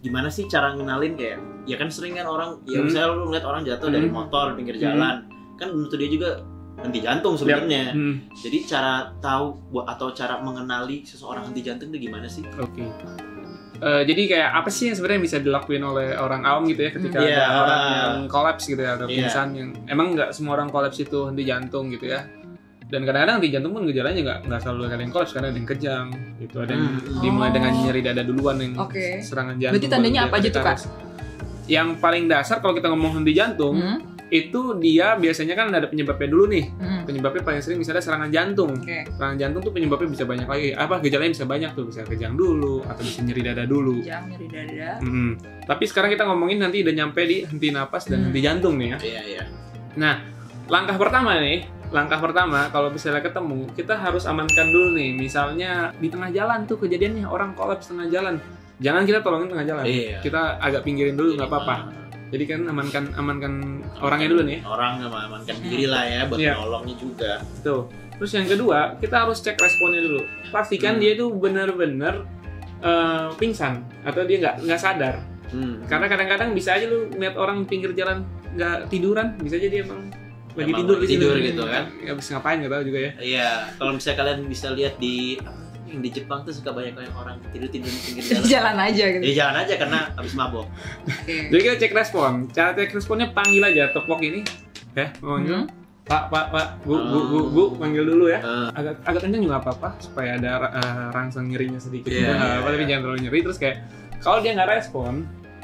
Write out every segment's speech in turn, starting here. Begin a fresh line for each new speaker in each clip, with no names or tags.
gimana sih cara ngenalin kayak ya kan sering kan orang ya
Hmm.
misalnya lu ngeliat orang jatuh dari
Hmm.
motor pinggir
Hmm.
jalan kan menurut dia juga henti jantung sebenarnya
Hmm,
jadi cara tahu bu- atau cara mengenali seseorang henti jantung itu gimana sih
oke. Eh, jadi kayak apa sih yang sebenarnya bisa dilakuin oleh orang awam gitu ya ketika
Hmm.
ada
Iya.
orang yang kolaps gitu ya atau
Iya.
pingsan yang emang nggak semua orang kolaps itu henti jantung gitu ya. Dan kadang-kadang henti jantung pun gejalanya nggak nggak selalu ada yang kolaps karena ada yang kejang gitu ada yang
Hmm.
dimulai
Oh.
dengan nyeri dada duluan yang
Oke.
serangan jantung.
Berarti tandanya
baru
apa aja tuh,
ditarik. Yang paling dasar kalau kita ngomong henti jantung
Hmm?
itu dia biasanya kan ada penyebabnya dulu nih.
Hmm.
Penyebabnya paling sering misalnya serangan jantung.
Oke.
serangan jantung tuh penyebabnya bisa banyak lagi apa gejalanya bisa banyak tuh bisa kejang dulu atau bisa nyeri dada dulu
Jangan nyeri dada.
Mm-mm. tapi sekarang kita ngomongin nanti udah nyampe di henti napas dan
Hmm.
henti jantung nih ya
iya iya
langkah pertama nih langkah pertama kalau misalnya ketemu kita harus amankan dulu nih misalnya di tengah jalan tuh kejadiannya orang kolaps tengah jalan jangan kita tolongin tengah jalan
Iya.
kita agak pinggirin dulu nggak apa-apa jadi kan amankan amankan orangnya dulu nih ya.
orang sama amankan diri lah ya buat
Iya.
nolongnya juga
Tuh. Terus yang kedua, kita harus cek responnya dulu.
Hmm.
Pastikan dia itu benar-benar eh, pingsan atau dia nggak nggak sadar.
Hmm.
Karena kadang-kadang bisa aja lu lihat orang pinggir jalan nggak tiduran, bisa aja dia emang lagi
Emang
tidur
lagi
di situ.
tidur gitu kan.
Ya bisa ngapain nggak tahu juga ya.
Iya, kalau misalnya kalian bisa lihat di apa tuh yang di Jepang tuh suka banyak banyak orang tidur tidur di pinggir jalan.
Jalan aja gitu.
Ya jalan aja karena habis mabok.
Oke.
Jadi kita cek respon. Cara cek responnya panggil aja topok ini. Ya,
Hmm.
manggil. Pak, pak, pak, bu, bu, bu, bu,
Ah.
panggil dulu ya.
Eh,
agak agak kenceng juga nggak apa-apa supaya ada eh, rangsang nyerinya sedikit
Iya,
juga nggak
iya,
apa-apa tapi
iya.
jangan terlalu nyeri terus kayak kalau dia nggak respon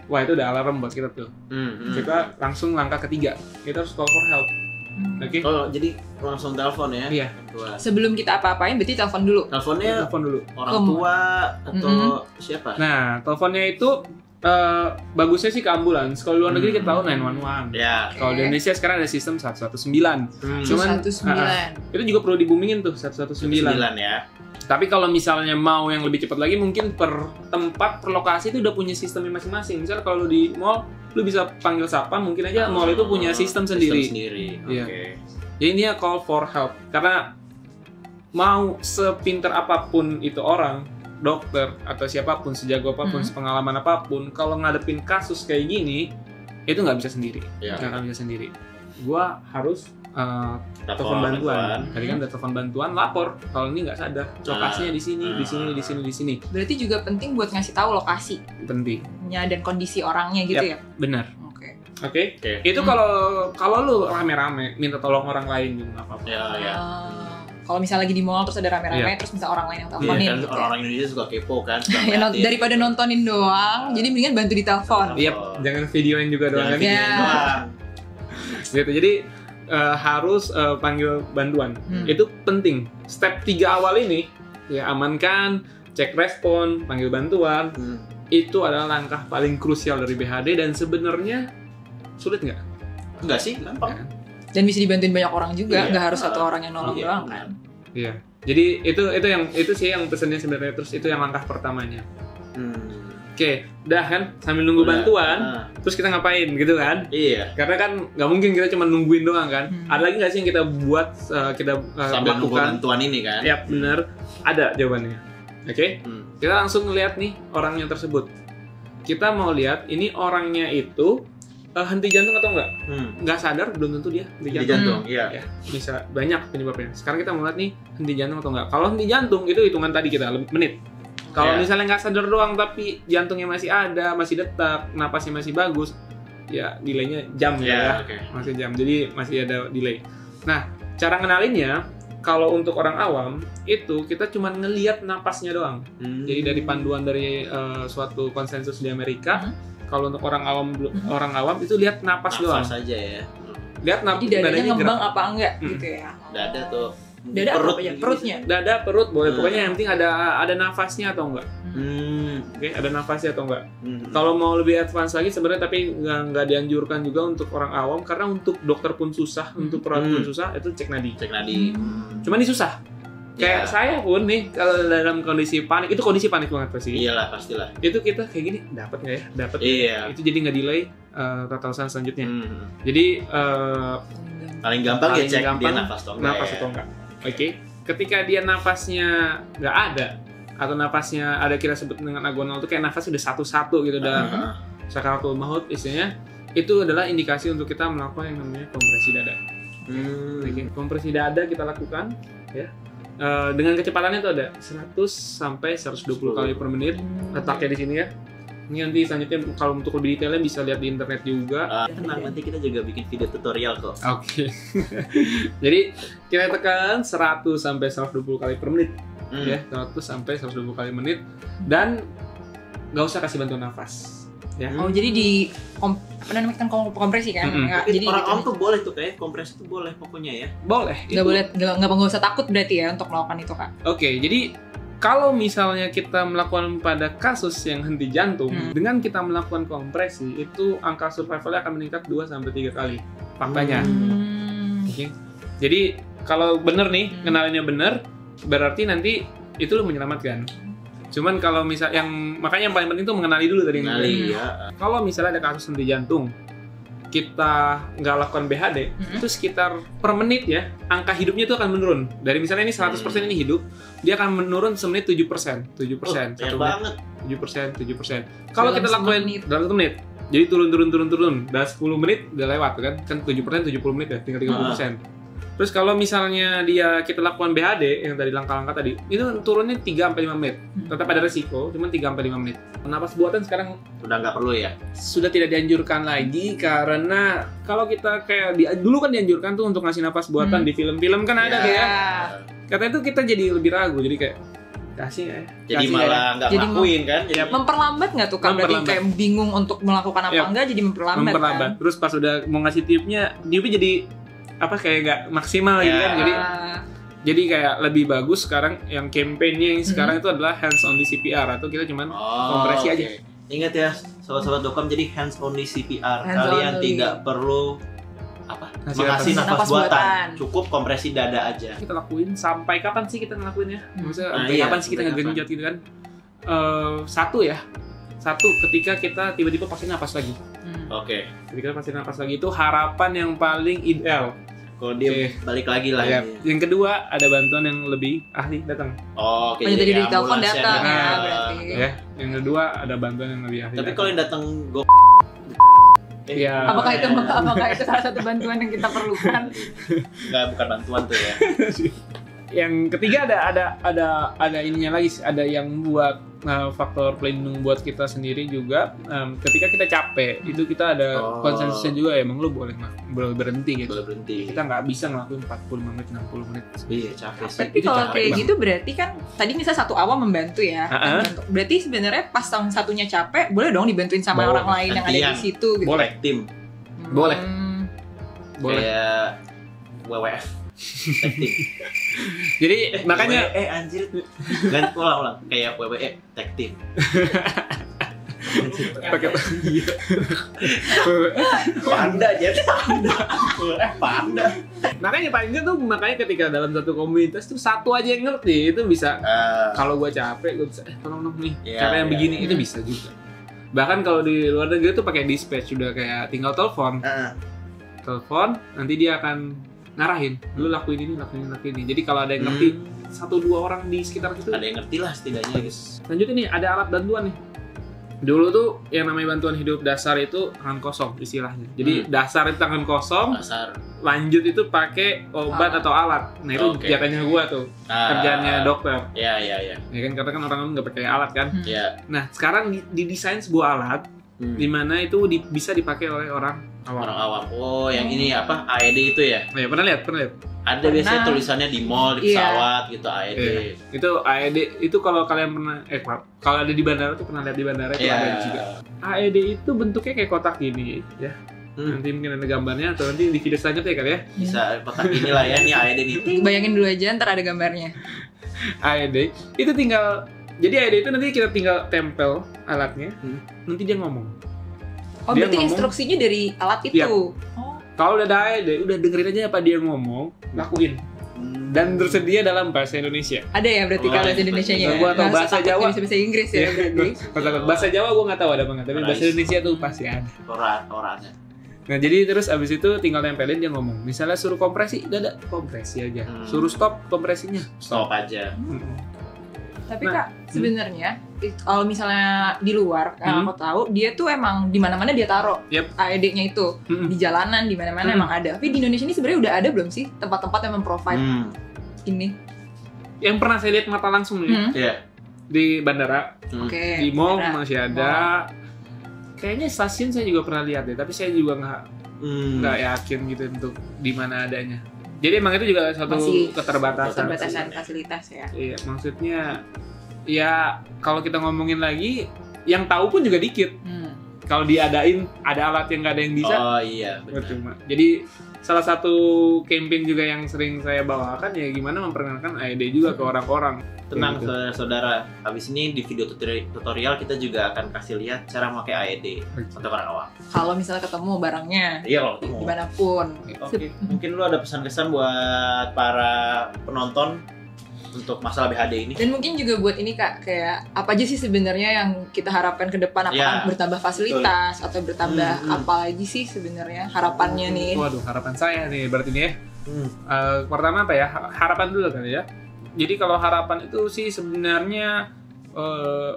wah itu udah alarm buat kita tuh
hmm, hmm.
kita langsung langkah ketiga kita harus call for help
Hmm.
oke
Oh, jadi langsung telepon ya.
Iya.
Dua.
Sebelum kita apa-apain berarti telepon dulu.
Teleponnya
telepon dulu
orang
Kem-
tua atau siapa?
nah teleponnya itu eh, bagusnya sih ke ambulans kalau luar negeri kita tahu
Hmm.
911
Ya.
kalau di Indonesia sekarang ada sistem 119
Hmm.
Cuma- Cuman,
19.
itu juga perlu dibumingin tuh 119
sembilan ya.
Tapi kalau misalnya mau yang lebih cepat lagi mungkin per tempat, per lokasi itu udah punya sistemnya masing-masing. Misal kalau di mall lu bisa panggil siapa, mungkin aja mall itu punya sistem sendiri.
Ah, sendiri.
Iya.
Oke.
Jadi ini ya call for help karena mau sepinter apapun itu orang, dokter atau siapapun, sejago apapun,
Hmm.
sepengalaman apapun, kalau ngadepin kasus kayak gini itu nggak bisa sendiri,
Iya.
nggak akan bisa sendiri. Gua harus uh, telepon bantuan. Tadi kan udah telepon bantuan, lapor kalau ini nggak sadar. Lokasinya di sini, di sini, di sini, di sini.
Berarti juga penting buat ngasih tahu lokasinya
Penting.
dan kondisi orangnya gitu ya.
Benar.
Oke.
Oke.
Oke.
Itu
Hmm.
kalau kalau lu rame-rame minta tolong orang lain juga nggak apa-apa.
Ya, ya.
Ah, Kalau misalnya lagi di mall terus ada rame-rame terus bisa orang lain yang
Iya,
teleponin.
kan
gitu ya.
orang-orang Indonesia suka kepo kan. suka
Ya, non-
ngeliatin.
daripada nontonin doang, jadi mendingan bantu ditelepon.
Telepon.
Iya, jangan videoin juga doang
Jangan
kan.
videoin
Iya.
doang.
Gitu. Jadi eh, harus eh, panggil bantuan.
Hmm.
Itu penting. Step 3 awal ini ya amankan, cek respon, panggil bantuan.
Hmm.
Itu adalah langkah paling krusial dari BHD dan sebenarnya sulit nggak? Ya kan?
Enggak sih, gampang.
Dan bisa dibantuin banyak orang juga,
Iya.
nggak harus satu orang yang nolong
Iya,
doang
benar.
kan.
Iya. Jadi itu itu yang itu sih yang pesannya sebenarnya terus itu yang langkah pertamanya.
Hmm.
Oke, udah kan sambil nunggu
Udah.
bantuan,
Ah,
terus kita ngapain gitu kan?
Iya.
Karena kan nggak mungkin kita cuma nungguin doang kan.
Hmm.
Ada lagi nggak sih yang kita buat eh, kita eh, Iya,
sambil nunggu
lakukan?
bantuan ini kan
Yap, bener. Ada jawabannya. Oke,
Hmm.
kita langsung lihat nih orangnya tersebut. Kita mau lihat ini orangnya itu eh, henti jantung atau enggak?
Hmm.
Nggak sadar belum tentu dia henti
di
jantung.
jantung iya
ya bisa banyak penyebabnya sekarang kita mau lihat nih henti jantung atau enggak kalau henti jantung itu hitungan tadi kita lebih- menit kalau
Iya.
Ya.
misalnya nggak sadar doang tapi jantungnya masih ada masih detak napasnya masih bagus ya delaynya jam
iya
ya,
oke
masih jam jadi masih ada delay nah cara ngenalinnya kalau untuk orang awam itu kita cuma ngelihat napasnya doang
Hmm.
jadi dari panduan dari eh, suatu konsensus di Amerika
Hmm.
kalau untuk orang awam belum-
Hmm.
orang awam itu lihat
nafas
napas doang
aja ya
lihat
Jadi
napas
dadanya ngembang apa enggak
Hmm.
gitu ya.
dada tuh
Dada
perut
apa ya?
gitu.
Perutnya.
dada perut boleh
Hmm.
pokoknya yang penting ada ada nafasnya atau enggak
hmm.
oke ada nafasnya atau enggak
Hmm.
kalau mau lebih advance lagi sebenarnya tapi nggak nggak dianjurkan juga untuk orang awam karena untuk dokter pun susah
Hmm.
untuk perawat pun
Hmm.
susah itu cek nadi
cek nadi
cuma ini susah
Iya.
kayak saya pun nih kalau dalam kondisi panik itu kondisi panik banget pasti
iyalah pastilah
itu kita kayak gini dapat nggak ya dapat
iya
itu jadi nggak delay eh, tata usaha selanjutnya
Hmm.
jadi eh,
paling gampang
Paling
ya cek
gampang,
dia nafas atau enggak
napas
ya.
atau enggak oke ketika dia nafasnya nggak ada atau nafasnya ada kita sebut dengan agonal itu kayak nafas udah satu-satu gitu dalam
Heeh.
sakaratul maut istilahnya itu adalah indikasi untuk kita melakukan yang namanya kompresi dada.
Hmm.
Oke, Kompresi dada kita lakukan ya. Eh, dengan kecepatannya itu ada 100 sampai 120 kali per menit. Letaknya di sini ya. Ini nanti selanjutnya kalau untuk lebih detailnya bisa lihat di internet juga.
Eh, tenang nanti kita juga bikin video tutorial kok.
Oke. Jadi kita tekan 100 sampai 120 kali per menit
Hmm.
ya. 100 sampai 120 kali menit dan nggak usah kasih bantuan nafas. Ya.
Oh jadi di kom, apa namanya kan kom- kompresi kan?
Mm-mm.
Nggak,
Tapi
jadi
orang
gitu.
awam tuh boleh tuh kayak kompres tuh boleh pokoknya ya.
Boleh.
nggak
itu.
boleh nggak nggak nggak usah takut berarti ya untuk melakukan itu kak.
Oke, jadi kalau misalnya kita melakukan pada kasus yang henti jantung,
Hmm.
dengan kita melakukan kompresi, itu angka survivalnya akan meningkat 2 sampai 3 kali. Faktanya.
Hmm.
Oke. Jadi kalau bener nih,
Hmm.
kenalannya bener, berarti nanti itu lu menyelamatkan. Cuman kalau misal yang makanya yang paling penting itu mengenali dulu tadi. yang gue bilang.
Kenali ya.
Kalau misalnya ada kasus henti jantung, kita nggak lakukan BHD,
Mm-mm.
itu sekitar per menit ya angka hidupnya itu akan menurun dari misalnya ini 100%
Hmm.
ini hidup dia akan menurun semenit 7%
Oh,
7%
banyak
satu menit
banget.
7% 7% kalau
Dalam
kita
satu
lakuin
menit.
dalam satu menit jadi turun turun turun turun dan 10 menit udah lewat kan kan 7% 70 menit ya tinggal 30% terus kalau misalnya dia kita lakukan BHD yang dari langkah-langkah tadi itu turunnya 3 sampai 5 menit tetap ada resiko cuman 3 sampai 5 menit napas buatan sekarang
Udah nggak perlu ya.
sudah tidak dianjurkan lagi karena kalau kita kayak di- dulu kan dianjurkan tuh untuk ngasih nafas buatan
Hmm.
di film-film kan
Iya.
ada tuh ya.
Ya.
Katanya tuh kita jadi lebih ragu jadi kayak kasih nggak ya.
Jadi
Kasih
malah nggak
Jadi
ngakuin kan. Jadi
Ya. Memperlambat nggak tuh kak? Berarti
Memperlambat.
kayak bingung untuk melakukan apa
Ya.
enggak jadi
kan?
ya.
memperlambat. kan?
memperlambat. Terus pas udah mau ngasih tipnya, tipnya jadi apa kayak nggak maksimal gitu
Ya.
kan.
Kan?
Jadi
Ah.
jadi kayak lebih bagus sekarang yang kampanye yang sekarang itu adalah hands on di CPR atau kita cuman
Hmm. Oh,
kompresi
oke.
aja.
Ingat ya, sobat-sobat dokam jadi hands only CPR.
Hands
Kalian
only.
tidak perlu apa?
Ngasih
Mengasih
nafas.
nafas,
Nafas
buatan.
buatan.
Cukup kompresi dada aja.
kita lakuin sampai kapan sih kita ngelakuin ya? Maksudnya
Nah,
sampai
iya,
kapan sih kita
sampai
ngegenjot gitu kan? Eh, satu ya. Satu ketika kita tiba-tiba pakai nafas lagi.
Hmm.
Oke.
Ketika pasti nafas lagi itu harapan yang paling ideal.
Kalau dia
Oke.
balik lagi lah.
Ya.
ini.
Yang kedua ada bantuan yang lebih ahli datang.
Oh, oke.
Oh, jadi di telepon
ambulans
datang
ya,
datang.
berarti.
Oke.
Ya. Yang kedua ada bantuan yang lebih ahli.
Tapi
datang.
kalau yang datang go Eh,
Iya.
Apakah itu apakah itu salah satu bantuan yang kita perlukan?
Nggak, bukan bantuan tuh ya.
yang ketiga ada ada ada ada ininya lagi sih. ada yang buat eh, faktor pelindung buat kita sendiri juga. Em, ketika kita capek itu kita ada
Oh.
konsensusnya juga emang lu boleh ma- boleh berhenti gitu.
Boleh berhenti.
Kita nggak bisa ngelakuin 40 menit 60 menit.
Iya, capek sih.
Tapi
Itu
kalau
capek
kayak
banget.
gitu berarti kan tadi misalnya satu awam membantu ya.
Ha-ha.
membantu. Berarti sebenarnya pas yang satunya capek, boleh dong dibantuin sama
Boleh.
orang lain yang ada di
Gantian.
situ gitu.
Boleh.
Tim
Hmm.
Boleh. Boleh.
kayak WWF. Tag team.
Jadi makanya
WWE, eh anjir ganti ulang ulang kayak WWE tag team
pakai Iya. Eh,
panda aja panda WWE panda
makanya paling nggak tuh makanya ketika dalam satu komunitas tuh satu aja yang ngerti itu bisa
Eh,
kalau gua capek gua bisa eh tolong dong nih
Iya,
cara yang
iya,
begini
iya.
itu bisa juga bahkan kalau di luar negeri tuh pakai dispatch udah kayak tinggal telepon
eh,
telepon nanti dia akan ngarahin lu lakuin ini lakuin ini lakuin ini jadi kalau ada yang ngerti
hmm,
satu dua orang di sekitar situ
ada yang ngerti lah setidaknya guys
lanjut ini ada alat bantuan nih dulu tuh yang namanya bantuan hidup dasar itu tangan kosong istilahnya
Hmm.
jadi dasar itu tangan kosong
pasar
lanjut itu pakai obat
Alat.
atau alat. Nah itu
Oke.
kegiatannya gua tuh
Ah,
kerjanya dokter.
ya ya ya
Ya kan karena kan orang nggak pakai alat kan.
Hmm.
ya
Nah sekarang di- didesain sebuah alat
Hmm,
di mana itu di- bisa dipakai oleh orang awam.
orang awam oh yang ini apa AED itu ya
Nah, ya, pernah lihat pernah lihat.
ada
Pernah.
biasanya tulisannya di mall di
Iya.
pesawat gitu AED
Iya. Itu AED itu kalau kalian pernah eh kalau ada di bandara tuh pernah lihat di bandara itu
Iya.
ada juga. AED itu bentuknya kayak kotak gini ya.
Hmm.
Nanti mungkin ada gambarnya atau nanti di video selanjutnya ya kali ya.
bisa kotak ini lah ya nih AED nih
Bayangin dulu aja ntar ada gambarnya.
AED E itu tinggal jadi AED itu nanti kita tinggal tempel alatnya.
Hmm.
Nanti dia ngomong.
Oh,
Dia
berarti
ngomong.
instruksinya dari alat itu.
Iya.
Oh.
Kalau udah ada ide, udah dengerin aja apa dia ngomong, lakuin
Hmm.
dan tersedia dalam bahasa Indonesia.
Ada ya berarti
Oh,
kalau
iya.
bahasa Indonesia-nya. ya?
Gua tahu bahasa Jawa.
Bisa bahasa Inggris ya
Iya.
berarti.
Kata bahasa Jawa gue nggak tahu ada apa nggak, tapi bahasa Indonesia tuh pasti ada.
koran korannya
Nah jadi terus abis itu tinggal tempelin dia ngomong. Misalnya suruh kompresi, dada kompresi aja.
Hmm.
Suruh stop kompresinya.
stop aja
Mm-mm.
Tapi
Nah,
kak sebenarnya it- kalau misalnya di luar, yang
Hmm.
aku tahu dia tuh emang di mana-mana dia taruh
Yep.
AED-nya itu
Mm-mm.
di jalanan di mana-mana
Hmm.
emang ada. Tapi di Indonesia ini sebenarnya udah ada belum sih tempat-tempat yang memprovide
Hmm,
ini?
Yang pernah saya lihat mata langsung nih
Hmm.
iya.
di bandara,
Hmm.
Oke.
di mall
Nah,
masih ada. Kayaknya stasiun saya juga pernah lihat deh, tapi saya juga nggak
Hmm.
nggak yakin gitu untuk di mana adanya. Jadi emang itu juga satu
Masih
keterbatasan.
Keterbatasan fasilitas ya.
Iya, maksudnya ya kalau kita ngomongin lagi, yang tahu pun juga dikit.
Hmm.
Kalau diadain ada alat yang nggak ada yang bisa,
Oh iya, benar.
percuma. Jadi salah satu campaign juga yang sering saya bawakan ya gimana memperkenalkan AED juga
Hmm.
ke orang-orang.
Tenang
Gitu.
saudara-saudara, habis ini di video tutori- tutorial kita juga akan kasih lihat cara pakai AED untuk orang awam.
Kalau misalnya ketemu barangnya
Iya kalau mau.
dimanapun.
Oke, mungkin lu ada pesan-kesan buat para penonton untuk masalah BHD ini?
Dan mungkin juga buat ini kak kayak apa aja sih sebenarnya yang kita harapkan ke depan
Ya,
apakah bertambah fasilitas atau bertambah
Hmm, hmm.
apa lagi sih sebenarnya harapannya nih?
Waduh, harapan saya nih berarti nih ya. Eh, pertama apa ya Ha- harapan dulu kan ya jadi kalau harapan itu sih sebenarnya eh,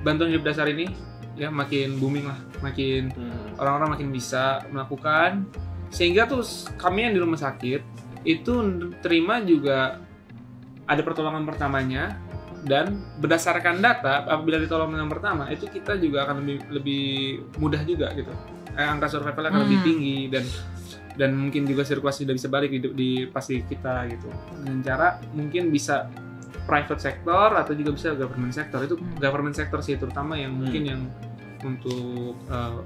bantuan hidup dasar ini ya makin booming lah makin
Hmm.
orang-orang makin bisa melakukan sehingga tuh s- kami yang di rumah sakit itu n- terima juga ada pertolongan pertamanya dan berdasarkan data apabila ditolong dengan pertama itu kita juga akan lebih lebih mudah juga gitu Eh, angka survival akan lebih
Hmm.
tinggi dan dan mungkin juga sirkulasi sudah bisa balik di, di pasti kita gitu dengan cara mungkin bisa private sector atau juga bisa government sector itu
Hmm.
government sector sih terutama yang
Hmm.
mungkin yang untuk eh,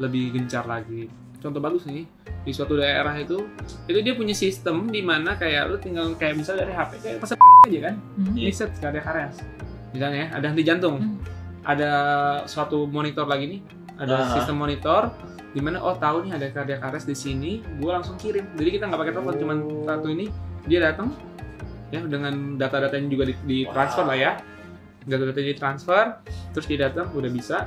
lebih gencar lagi contoh bagus nih di suatu daerah itu itu dia punya sistem di mana kayak lu tinggal kayak misal dari HP kayak pesen aja kan
Hmm.
Iya.
riset nggak ada kares misalnya ya, ada henti jantung
Hmm.
ada suatu monitor lagi nih ada
Ah.
sistem monitor di mana oh tahu nih ada kardiak arrest di sini gue langsung kirim jadi kita nggak pakai telepon cuman satu ini dia datang ya dengan data-datanya juga di, transfer
Wow.
lah ya data-datanya ditransfer terus dia datang udah bisa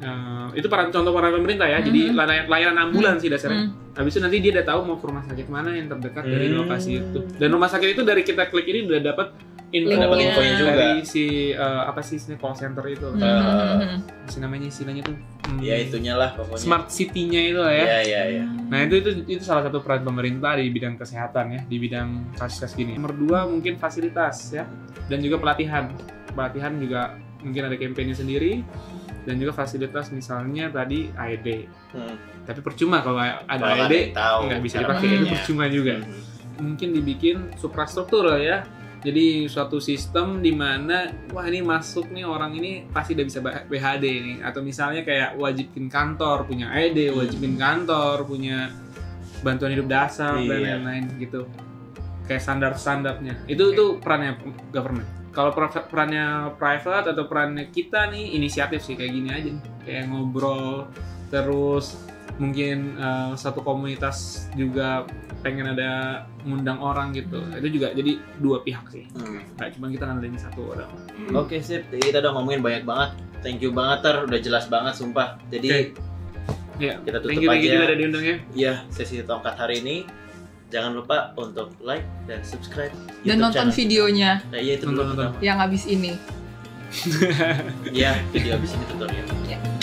Eh, itu para contoh para pemerintah ya jadi
Mhm.
layanan, layanan ambulan sih dasarnya
Hmm.
Habis itu nanti dia udah tahu mau ke rumah sakit mana yang terdekat dari
Hmm.
lokasi itu. Dan rumah sakit itu dari kita klik ini udah dapat info
Udah dapet infonya
juga.
dari si eh, apa sih istilahnya call center itu.
Hmm,
Eh,
hmm, hmm,
Si namanya istilahnya tuh hmm,
Ya itunya lah pokoknya.
smart city-nya itu lah ya.
Ya ya ya.
hmm.
Nah itu, itu itu salah satu peran pemerintah di bidang kesehatan ya, di bidang kasus-kasus gini. Nomor dua mungkin fasilitas ya, dan juga pelatihan. Pelatihan juga mungkin ada kampanye sendiri dan juga fasilitas misalnya tadi AED.
Hmm.
Tapi percuma kalau ada
Kalau nggak ada
AED
yang tahu
nggak bisa
cara
dipakai itu
pakainya.
percuma juga
Hmm.
mungkin dibikin suprastruktur ya jadi suatu sistem di mana wah ini masuk nih orang ini pasti udah bisa ba- BHD nih atau misalnya kayak wajibin kantor punya AED wajibin kantor punya bantuan hidup dasar dan
Iya.
lain-lain gitu kayak standar-standarnya itu itu perannya government kalau per- perannya private atau perannya kita nih inisiatif sih kayak gini aja nih kayak ngobrol terus mungkin eh, satu komunitas juga pengen ada ngundang orang gitu itu juga jadi dua pihak sih
Hmm.
nggak cuma kita ngandelin satu orang
Oke sip, Jadi kita udah ngomongin banyak banget. Thank you banget ter, udah jelas banget sumpah. Jadi
Iya.
kita tutup
thank you thank you juga
aja.
ada diundang ya
Ya sesi tongkat hari ini. Jangan lupa untuk like dan subscribe. YouTube
Dan nonton
channel.
videonya
Nah, iya itu dulu
Nonton, nonton.
pertama.
yang habis ini.
Iya, video abis ini tutorial.
Ya.